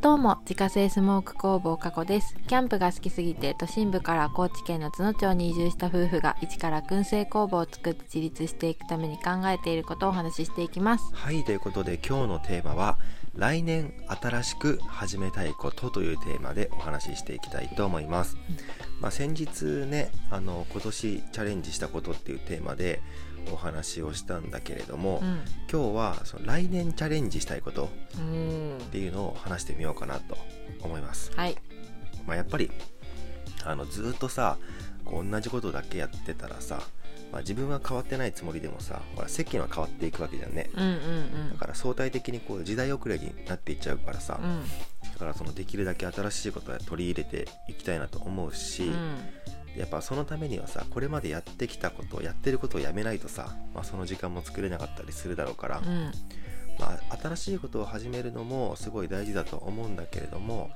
どうも自家製スモーク工房加古ですキャンプが好きすぎて都心部から高知県の津野町に移住した夫婦が一から燻製工房を作って自立していくために考えていることをお話ししていきますはい、ということで今日のテーマは来年新しく始めたいことというテーマでお話ししていきたいと思います。まあ、先日ね、あの今年チャレンジしたことっていうテーマでお話をしたんだけれども、うん今日はその来年チャレンジしたいことっうんていうのを話してみようかなと思います。はいまあ、やっぱりあのずーっとさこう同じことだけやってたらさ、まあ、自分は変わってないつもりでもさほら世間は変わっていくわけじゃんね。うんうんだから相対的にこう時代遅れになっていっちゃうからさ、うんうんだからそのできるだけ新しいことは取り入れていきたいなと思うし、やっぱそのためにはさこれまでやってきたことやってることをやめないとさ、まあ、その時間も作れなかったりするだろうから、うんまあ、新しいことを始めるのもすごい大事だと思うんだけれども、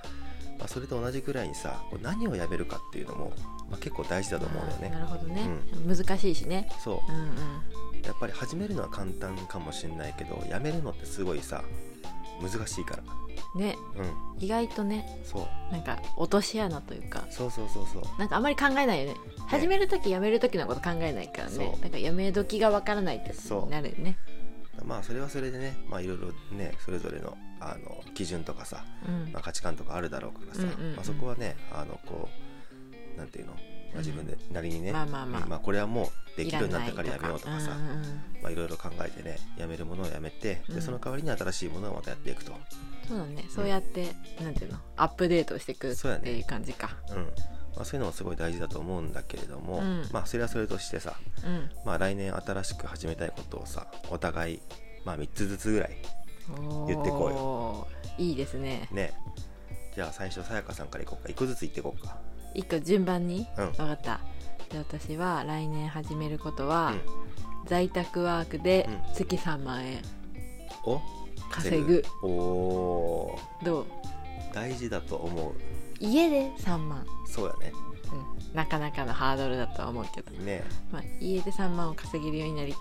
まあ、それと同じくらいにさこう何をやめるかっていうのも、まあ、結構大事だと思うんだよなね。るほどね、難しいしねそううんやっぱり始めるのは簡単かもしれないけどやめるのってすごいさ難しいから。うんねうん、意外とねそうなんか落とし穴というかそうそうそうそうなんかあんまり考えないよね始める時やめる時のこと考えないからねそうなんかやめ時がわからないってそうなるよねまあそれはそれでねまあいろいろねそれぞれのあの基準とかさ、うんまあ、価値観とかあるだろうからさ、うんうんうんまあ、そこはねあのこうなんていうの、まあ、自分でなりにね、まあまあまあうんこれはもうできるようになったからいやめようとかさうんうんうんまあ、いろいろ考えてねやめるものをやめてうんでその代わりに新しいものをまたやっていくと、そうだねそうやって、なんていうのアップデートしていくそうやっねていう感じかうんまあ、そういうのもすごい大事だと思うんだけれども、うんまあそれはそれとしてさ、う,、まあ、来年新しく始めたいことをさお互い、まあ、3つずつぐらいん言ってこうよよいいですねねじゃあ最初さやかさんからいこうか一個ずついっていこうか一個順番に、うんわかったで私は来年始めることは、うん在宅ワークでうん月3万円お稼ぐ、おどうー大事だと思う家で3万、そうやねうん、なかなかのハードルだとは思うけど、ねまあ、家で3万を稼げるようになり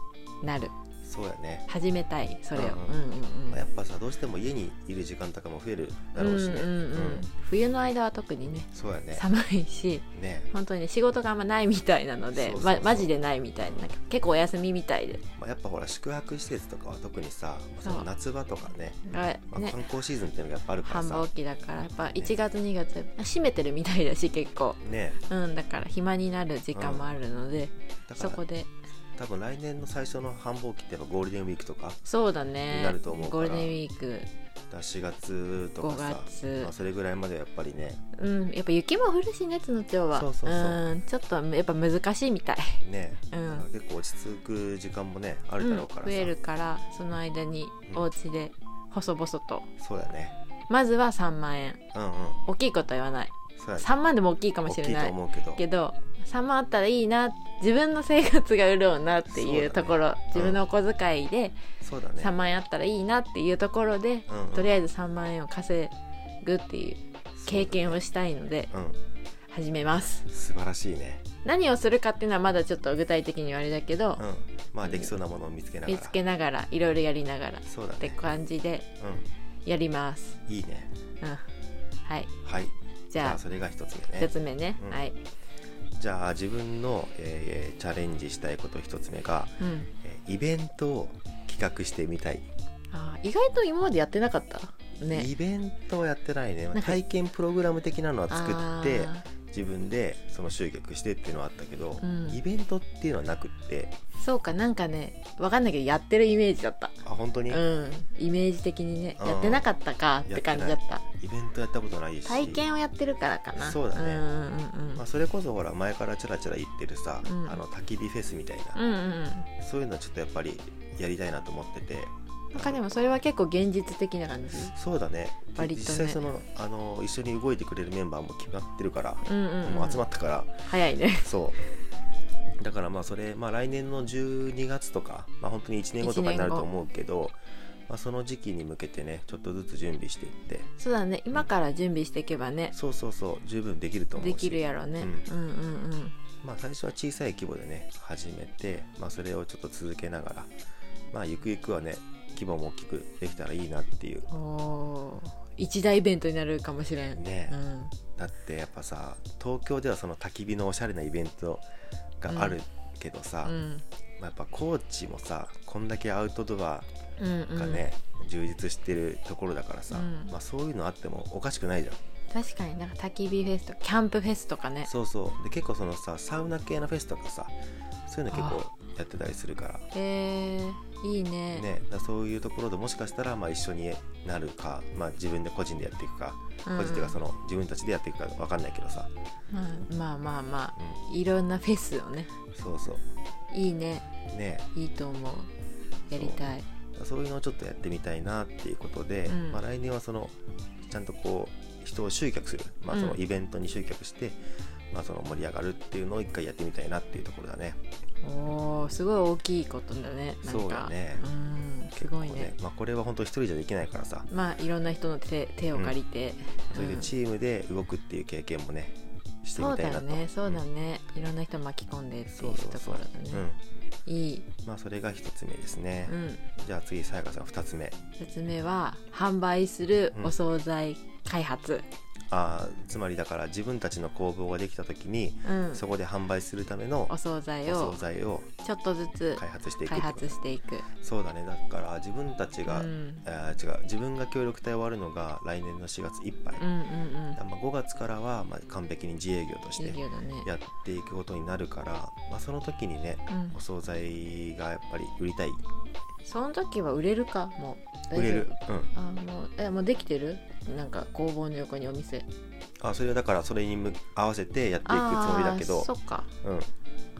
なるそうやね、始めたいそれを、うんうんうんうんまあ、やっぱさどうしても家にいる時間とかも増えるだろうしねうんうんうん冬の間は特にねそうやね寒いしね本当に仕事があんまないみたいなのでそうそうそうまマジでないみたいななんか結構お休みみたいでまあ、やっぱほら宿泊施設とかは特にさそそうの夏場とかね、がまあ、ね観光シーズンっていうのがやっぱあるから繁忙さ期だからやっぱ1月2月閉めてるみたいだし結構ねうんだから暇になる時間もあるので、だかそらこで多分来年の最初の繁忙期ってやっぱゴールデンウィークとかそうだねになると思うかゴーらルデンウィークだ4月とか5さ、月まあ、それぐらいまではやっぱりねうんやっぱ雪も降るしね津野町はそうそうそうんちょっとやっぱ難しいみたいね、うんだから結構落ち着く時間もねあるだろうからさ、うん増えるからその間にうんお家で細々と、そうだねまずは3万円うんうん大きいことは言わないそうだね3万でも大きいかも大しきれいなとい思うけどけど3万あったらいいな自分の生活が潤うなってそうだいうねところ、自分のお小遣いでそうだね3万円あったらいいなっていうところで、うんうんとりあえず3万円を稼ぐっていう経験をしたいのでそうだね始めますうん素晴らしいね何をするかっていうのはまだちょっと具体的にはあれだけどう、んまあできそうなものを見つけながら見つけながらいろいろやりながらっそうだてね感じでやりますうんいいねうんはいはいじじゃゃああそれが一つ目一ねつ目ね、うんはい、じゃあ自分の、えーチャレンジしたいこと一つ目が、うん、えーイベントを企画してみたい、あー意外と今までやってなかったねイベントはやってないねんか体験プログラム的なのは作ってあ自分でその集客してっていうのはあったけど、うんイベントっていうのはなくってーそうかなんかねわかんないけどやってるイメージだったあ本当うに、んイメージ的にねうんやってなかったかって感じだったイベントやったことないし体験をやってるからかなそうだねうんうんうんまあ、それこそほら前からチャラチャラ言ってるさ、うんあの焚き火フェスみたいうんな、うんうんそういうのちょっとやっぱりやりたいなと思っててなんかでもそれは結構現実的な感じそうだね割とね実際そのあの一緒に動いてくれるメンバーも決まってるから、うんうん、うん、もう集まったから早いねそうだからまあそれ、まあ、来年の12月とか、まあ、本当に1年後とかになると思うけど、まあ、その時期に向けてねちょっとずつ準備していってそうだね今から準備していけばねそうそうそう十分できると思うしできるやろうね、うんうんうんうんまあ、最初は小さい規模でね始めて、まあ、それをちょっと続けながら、まあ、ゆくゆくはね規模も大きくできたらいいなっていうおー一大イベントになるかもしれん、ねうん、だってやっぱさ東京ではその焚き火のおしゃれなイベントがあるけどさ、うんまあ、やっぱ高知もさこんだけアウトドアうんうんがね、充実してるところだからさ、うんまあ、そういうのあってもおかしくないじゃん確かになんか焚き火フェスとかキャンプフェスとかねそうそうで結構そのさサウナ系のフェスとかさそういうの結構やってたりするからえー、いいねね、だからそういうところでもしかしたらまあ一緒になるか、まあ、自分で個人でやっていくか、うん個人っていうかその自分たちでやっていくか分かんないけどさ、うんまあまあまうあいろんなフェスをねん、そうそういいねねいいと思うやりたいそういうのをちょっとやってみたいなっていうことで、うんまあ、来年はそのちゃんとこう人を集客する、まあ、うんそのイベントに集客して、まあ、その盛り上がるっていうのを一回やってみたいなっていうところだねおーすごい大きいことだねなんかそうだねうんすごいねまあ、これは本当一人じゃできないからさまあいろんな人の手手を借りて、それでうんチームで動くっていう経験もねしてみそうたいだなよとねそうだね、いろんな人巻き込んでってそいううとそうそこうろだねいい、うん、まあそれが一つ目ですね、うん、じゃあ次さやかさん二つ目2つ目は販売するお惣菜開発、あーつまりだから自分たちの工房ができた時にうんそこで販売するためのお惣お菜を惣菜をちょっとずつ開発していくっ開てこと発していくそうだねだから自分たちが、うんあー違う自分が協力隊終わるのが来年の4月いっぱい、うんうんうんだからまあ5月からはまあ完璧に自営業として授業だねやっていくことになるから、まあ、その時にねうんお惣菜がやっぱり売りたいその時は売れるかもう大丈夫売れるうんあもうえもうできてるなんか工房の横にお店っていくあそれはだからそれにむ合わせてやっていくつもりだけどそっかうん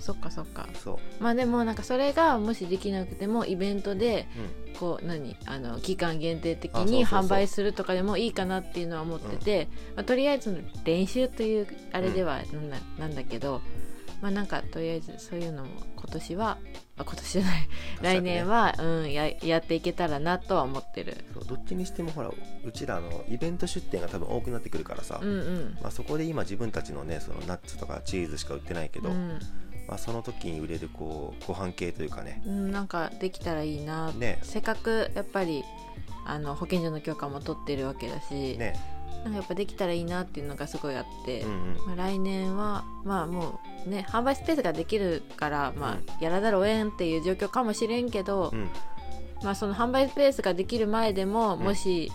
そっかそっかそうまあでもなんかそれがもしできなくてもイベントでうんこう何あの期間限定的あそうそうにそう販売するとかでもいいかなっていうのは思ってて、まあ、とりあえずの練習というあれではなんだ,、なんだけどまあなんかとりあえずそういうのも今年はあ今年じゃない来年は、うん、ややっていけたらなとは思ってるそうどっちにしてもほらうちらのイベント出店が多分多くなってくるからさ、うんうんまあ、そこで今自分たちのねそのナッツとかチーズしか売ってないけど、うんまあ、その時に売れるこうご飯系というかねうん、なんかできたらいいな、ねせっかくやっぱりあの保健所の許可も取ってるわけだし、ねなんかやっぱできたらいいなっていうのがすごいあって、うんうんまあ、来年はまあもうね販売スペースができるから、まあ、やらざるをえんっていう状況かもしれんけど、うんまあ、その販売スペースができる前でも、んもし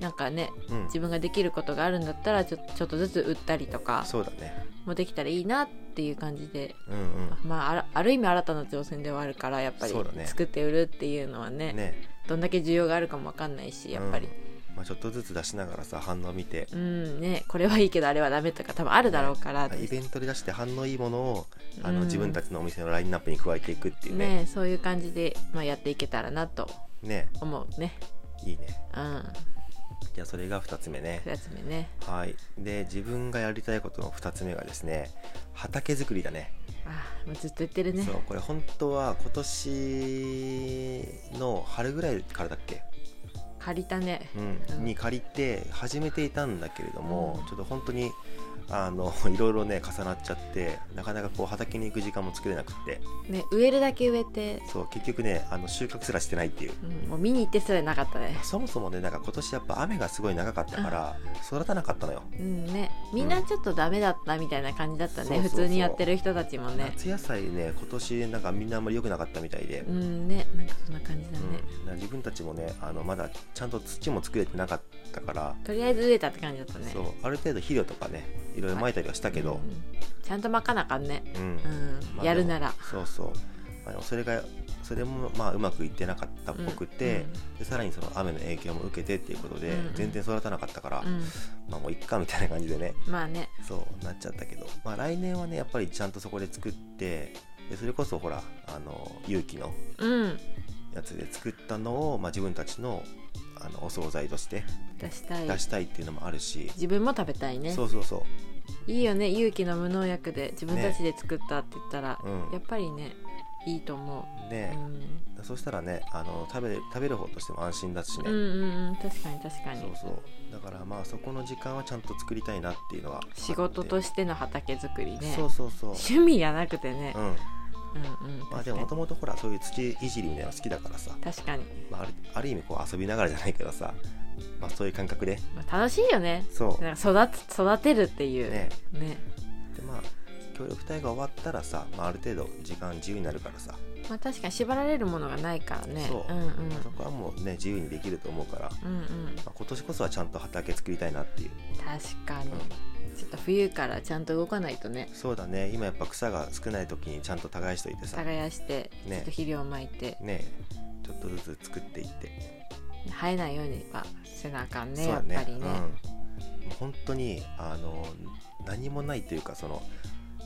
なんかねうん自分ができることがあるんだったらちょちょっとずつ売ったりとかそうだねもできたらいいなっていう感じで、うんうんまあ、あらある意味新たな挑戦ではあるからやっぱりそうだね作って売るっていうのはねねどんだけ需要があるかもわかんないしやっぱり、うんまあ、ちょっとずつ出しながらさ反応見てうん、ねこれはいいけどあれはダメとか多分あるだろうから、イベントで出して反応いいものをあうのん自分たちのお店のラインナップに加えていくっていうねねそういう感じで、まあ、やっていけたらなとね思うねいいねうんじゃあそれが2つ目ね2つ目ねはいで自分がやりたいことの2つ目がですね畑作りだねあーもうずっと言ってるねそうこれ本当は今年の春ぐらいからだっけ、借りたねうんうんに借りて始めていたんだけれども、うんちょっと本当にあの いろいろね重なっちゃってなかなかこう畑に行く時間も作れなくってね植えるだけ植えて、そう結局ねあの収穫すらしてないっていう。うん、もう見に行ってすらなかったねそもそもねなんか今年やっぱ雨がすごい長かったから育たなかったのよ、うんねみんなちょっとダメだったみたいな感じだったね、うん普通にやってる人たちもね夏野菜ね今年なんかみんなあんまり良くなかったみたいで、うんねなんかそんな感じだね、うん、だから自分たちもねあのまだちゃんと土も作れてなかったから、とりあえず植えたって感じだったねそうある程度肥料とかねいろいろ撒いたりはしたけど、うんちゃんとまかなあかんねうんうん、まあやるならでもそうそう、まあでもそれがそれもまあうまくいってなかったっぽくて、でさらにその雨の影響も受けてっていうことで、うん全然育たなかったから、うんうんまあもういっかみたいな感じでねまあねそうなっちゃったけど、まあ、来年はねやっぱりちゃんとそこで作ってでそれこそほらあの勇気のうんやつで作ったのを、まあ、自分たちのあのお惣菜として出したい出したいっていうのもあるし、自分も食べたいねそうそうそいいよね勇気の無農薬で自分たちで作ったって言ったら、ううんやっぱりねいいと思う、ね、うんそしたらねあの食べ食べる方としても安心だしね、うんうんうん確かに確かにそうそうだからまあそこの時間はちゃんと作りたいなっていうのは仕事とししての畑作りてねそうそうそう趣味じゃなくてね、うんうんうんまあでももともとほらそういう土いじりみたいなの好きだからさ、確かに、まあ、あるある意味こう遊びながらじゃないけどさ、まあ、そういう感覚でまあ、楽しいよねそなんか育つ育てるっていううねねでまあ協力隊が終わったらさ、まあ、ある程度時間自由になるからさ、まあ、確かに縛られるものがないからねそう、んうん、まあそこはもうね自由にできると思うから、まうんうん、あ、今年こそはちゃんと畑作りたいなっていう、確かに、うちょっと冬からちゃんと動かないとねん、そうだね今やっぱ草が少ない時にちゃんと耕しといてさね耕してちょねっと肥料をまいて、ちょっとずつ作っていって、生えないようにはせなあかんねそうやだっぱりね、うん、もう本当にあの何もないというかその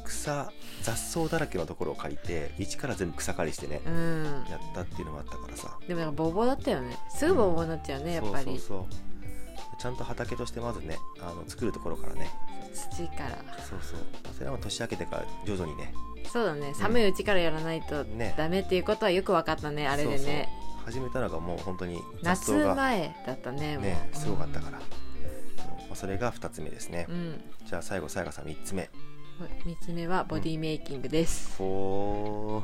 草雑草だらけのところを借りて一から全部草刈りしてね、うんやったっていうのもあったからさでもなんかボーボーだったよねすぐボーボーになっちゃうね、やっぱりそうそうそうちゃんと畑としてまずねあの作るところからね土からそうそうそれはもう年明けてから徐々にねそうだね寒いうちからやらないとねダメっていうことはよく分かったねあれでねそうそう始めたのがもう本当に雑夏草が前だったねもうねすごかったから、そうまあそれが2つ目ですねう、ん、じゃあ最後さやかさん3つ目3つ目はボディメイキングです、ほ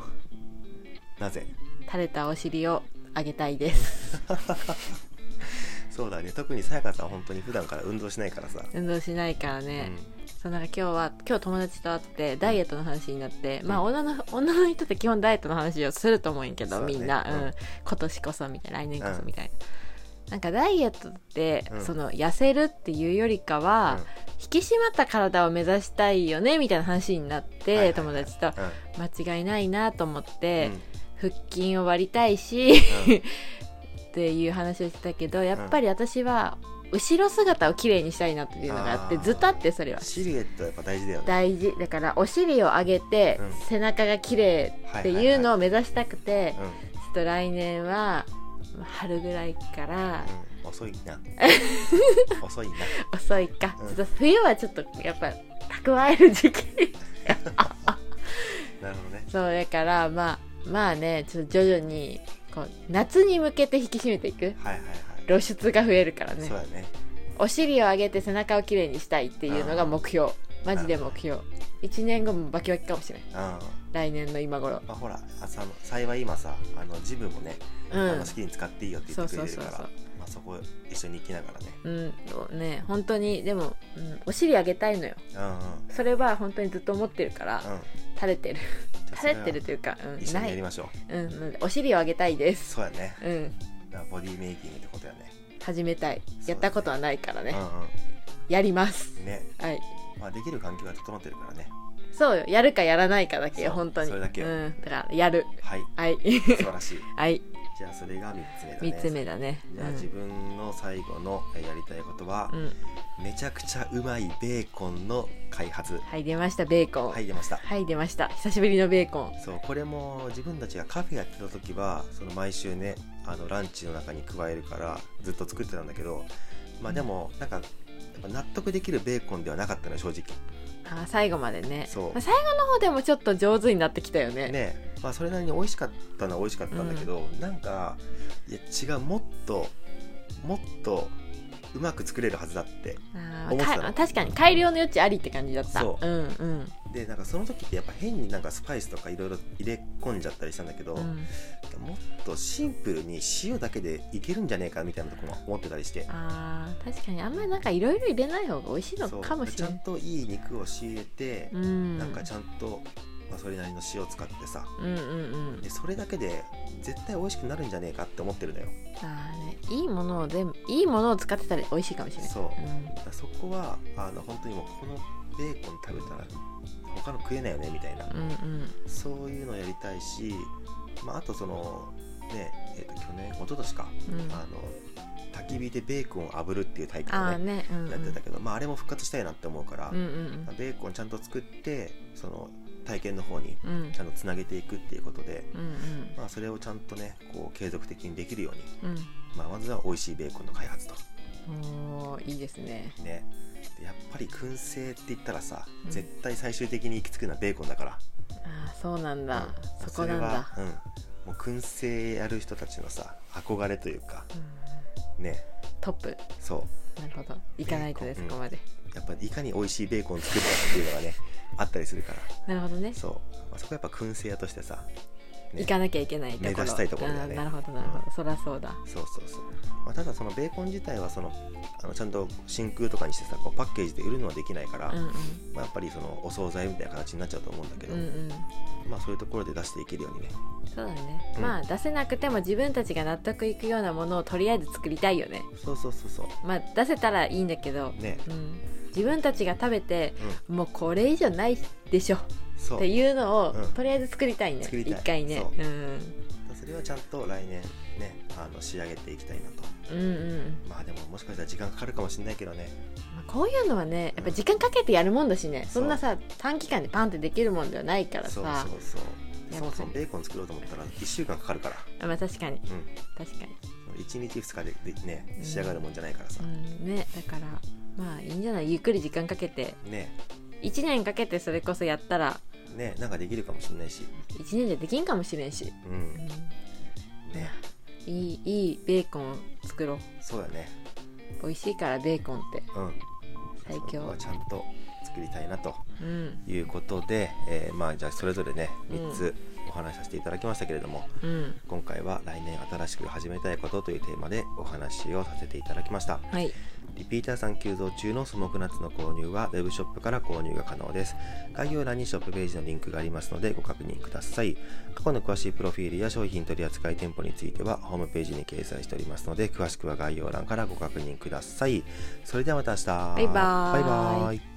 ーなぜ垂れたお尻を上げたいですそうだね特にさやかさんは本当に普段から運動しないからさ、運動しないからうね、んそうなんか今日は今日友達と会ってダイエットの話になって、うんまあ女の 女の人って基本ダイエットの話をすると思うんやけど、そうだねみんな、うんうん今年こそみたいな来年こそうんみたいな、なんかダイエットって、うんその痩せるっていうよりかは、引き締まった体を目指したいよねみたいな話になって、はいはいはい友達とうん間違いないなと思っうんて、腹筋を割りたいしっていう話をしてたけどやっぱり私は後ろ姿を綺麗にしたいなっていうのがあってあーずたってそれうんは シルエットはやっぱ大事だよね大事だからお尻を上げて、うん背中が綺麗っていうのを目指したくて、うん、うんちょっと来年はまあ春ぐらいから遅い な遅いな遅いか、うんちょっと冬はちょっとやっぱ蓄える時期 なるほどねそうだからまあまあねちょっと徐々にこう夏に向けて引き締めていくはいはいはい露出が増えるからねそうだねお尻を上げて背中を綺麗にしたいっていうのが目標マジで目標1年後もバキバキかもしれないうんま来年の今頃あほらあさ幸い今さあのジムもね、うあのん好きに使っていいよって言ってくれてるからそうそうそうまあ、そこ一緒に行きながらねうん、ね本当にでも、うん、お尻上げたいのようんうんそれは本当にずっと思ってるから、うん垂れてるじゃあそ垂れれはてるというか、うん、一緒なにやりい、ましょううんうん、お尻を上げたいですそうやねうんだからボディメイキングってことやね始めたいねやったことはないからねうやりますんうんねはいまあ、できる環境が整ってるからねそうよやるかやらないかだけよそう本当にそれだけようん、だからやるはいはい素晴らしい はいじゃあそれが3つ目だね3つ目だねじゃあ自分の最後のえやりたいことはう、ん、うん、めちゃくちゃうまいベーコンの開発はい出ましたベーコンはい出ましたはい、出ました久しぶりのベーコンそうこれも自分たちがカフェやってた時はその毎週ねあのランチの中に加えるからずっと作ってたんだけどまあでもなんかやっぱ納得できるベーコンではなかったのよ正直あー最後までねそうまあ最後の方でもちょっと上手になってきたよねねまあそれなりに美味しかったのは美味しかったんだけど、なんかいや違うもっともっとうまく作れるはずだってあ思ーってたかの確かに改良の余地ありって感じだったそうんうんでなんかその時ってやっぱ変になんかスパイスとかいろいろ入れ込んじゃったりしたんだけど、うん、もっとシンプルに塩だけでいけるんじゃねえかみたいなとこも思ってたりしてあー確かにあんまりなんかいろいろ入れない方が美味しいのそうかもしれちなゃんいといい肉を仕入れて、うんなんかちゃんと、まあ、それなりの塩を使ってさうんうんうんでそれだけで絶対美味しくなるんじゃねえかって思ってるのよあー、ね、いいものを全部いいものを使ってたら美味しいかもしれないそううんだからそこはあの本当にもうこのベーコン食べたら他の食えないよねみたいな、うんうんそういうのやりたいし、まあ、あとそのねえーと去年一昨年か、うんあの焚き火でベーコンを炙るっていう体験あをあねねうんうんやってたけど、まあ、あれも復活したいなって思うから、うんうんベーコンちゃんと作ってその体験の方にうんうんちゃんとつなげていくっていうことで、うんまあ、それをちゃんとねこう継続的にできるように、うんまあ、まずは美味しいベーコンの開発とうんおーいいですねねでやっぱり燻製って言ったらさ、うん絶対最終的に行き着くのはベーコンだからあーそうなんだ、うんそこなんだそれは、うん、もう燻製やる人たちのさ憧れというかうんねトップそなるほど行かないとでベすーコンここまでうやっぱりいかに美味しいベーコンを作るかっていうのがねあったりするからなるほどねそう、まあ、そこやっぱ燻製屋としてさ、ね行かなきゃいけないところ目指したいところだようねんなるほどなるほど、そりゃそうだそうそうそう、まあ、ただそのベーコン自体はそのあのちゃんと真空とかにしてさこうパッケージで売るのはできないから、うんまあ、やっぱりそのお惣菜みたいな形になっちゃうと思うんだけうど、んうんうんまあそういうところで出していけるようにねそうだね、うんまあ出せなくても自分たちが納得いくようなものをとりあえず作りたいよねそうそうそうそまあ出せたらいいんだけど、うねうん、自分たちが食べて、もうこれ以上ないでしょそうっていうのを、うんとりあえず作りたいね作りたい一回ねそううん、それはちゃんと来年ねあの仕上げていきたいなとうんうんまあでももしかしたら時間かかるかもしれないけどねまあこういうのはねやっぱ時間かけてやるもんだしね、んそんなさ短期間でパンってできるもんではないからさそうそうそうやっぱりそもそもベーコン作ろうと思ったら1週間かかるからあまあ確かにうん確かに、 1日2日ででねうん仕上がるもんじゃないからさ、うん、ねだからまあいいんじゃないゆっくり時間かけてね1年かけてそれこそやったらねなんかできるかもしれないし1年じゃできんかもしれんし、うんうんねいいいいベーコンを作ろうそうだね美味しいからベーコンってうん最そこ強はちゃんと作りたいなとうんいうことで、えーまあじゃあそれぞれねうん3つお話しさせていただきましたけれども、うん今回は来年新しく始めたいことというテーマでお話をさせていただきましたはいリピーターさん急増中の素木ナッツの購入はウェブショップから購入が可能です概要欄にショップページのリンクがありますのでご確認ください過去の詳しいプロフィールや商品取扱店舗についてはホームページに掲載しておりますので詳しくは概要欄からご確認くださいそれではまた明日バイバーイバイバーイ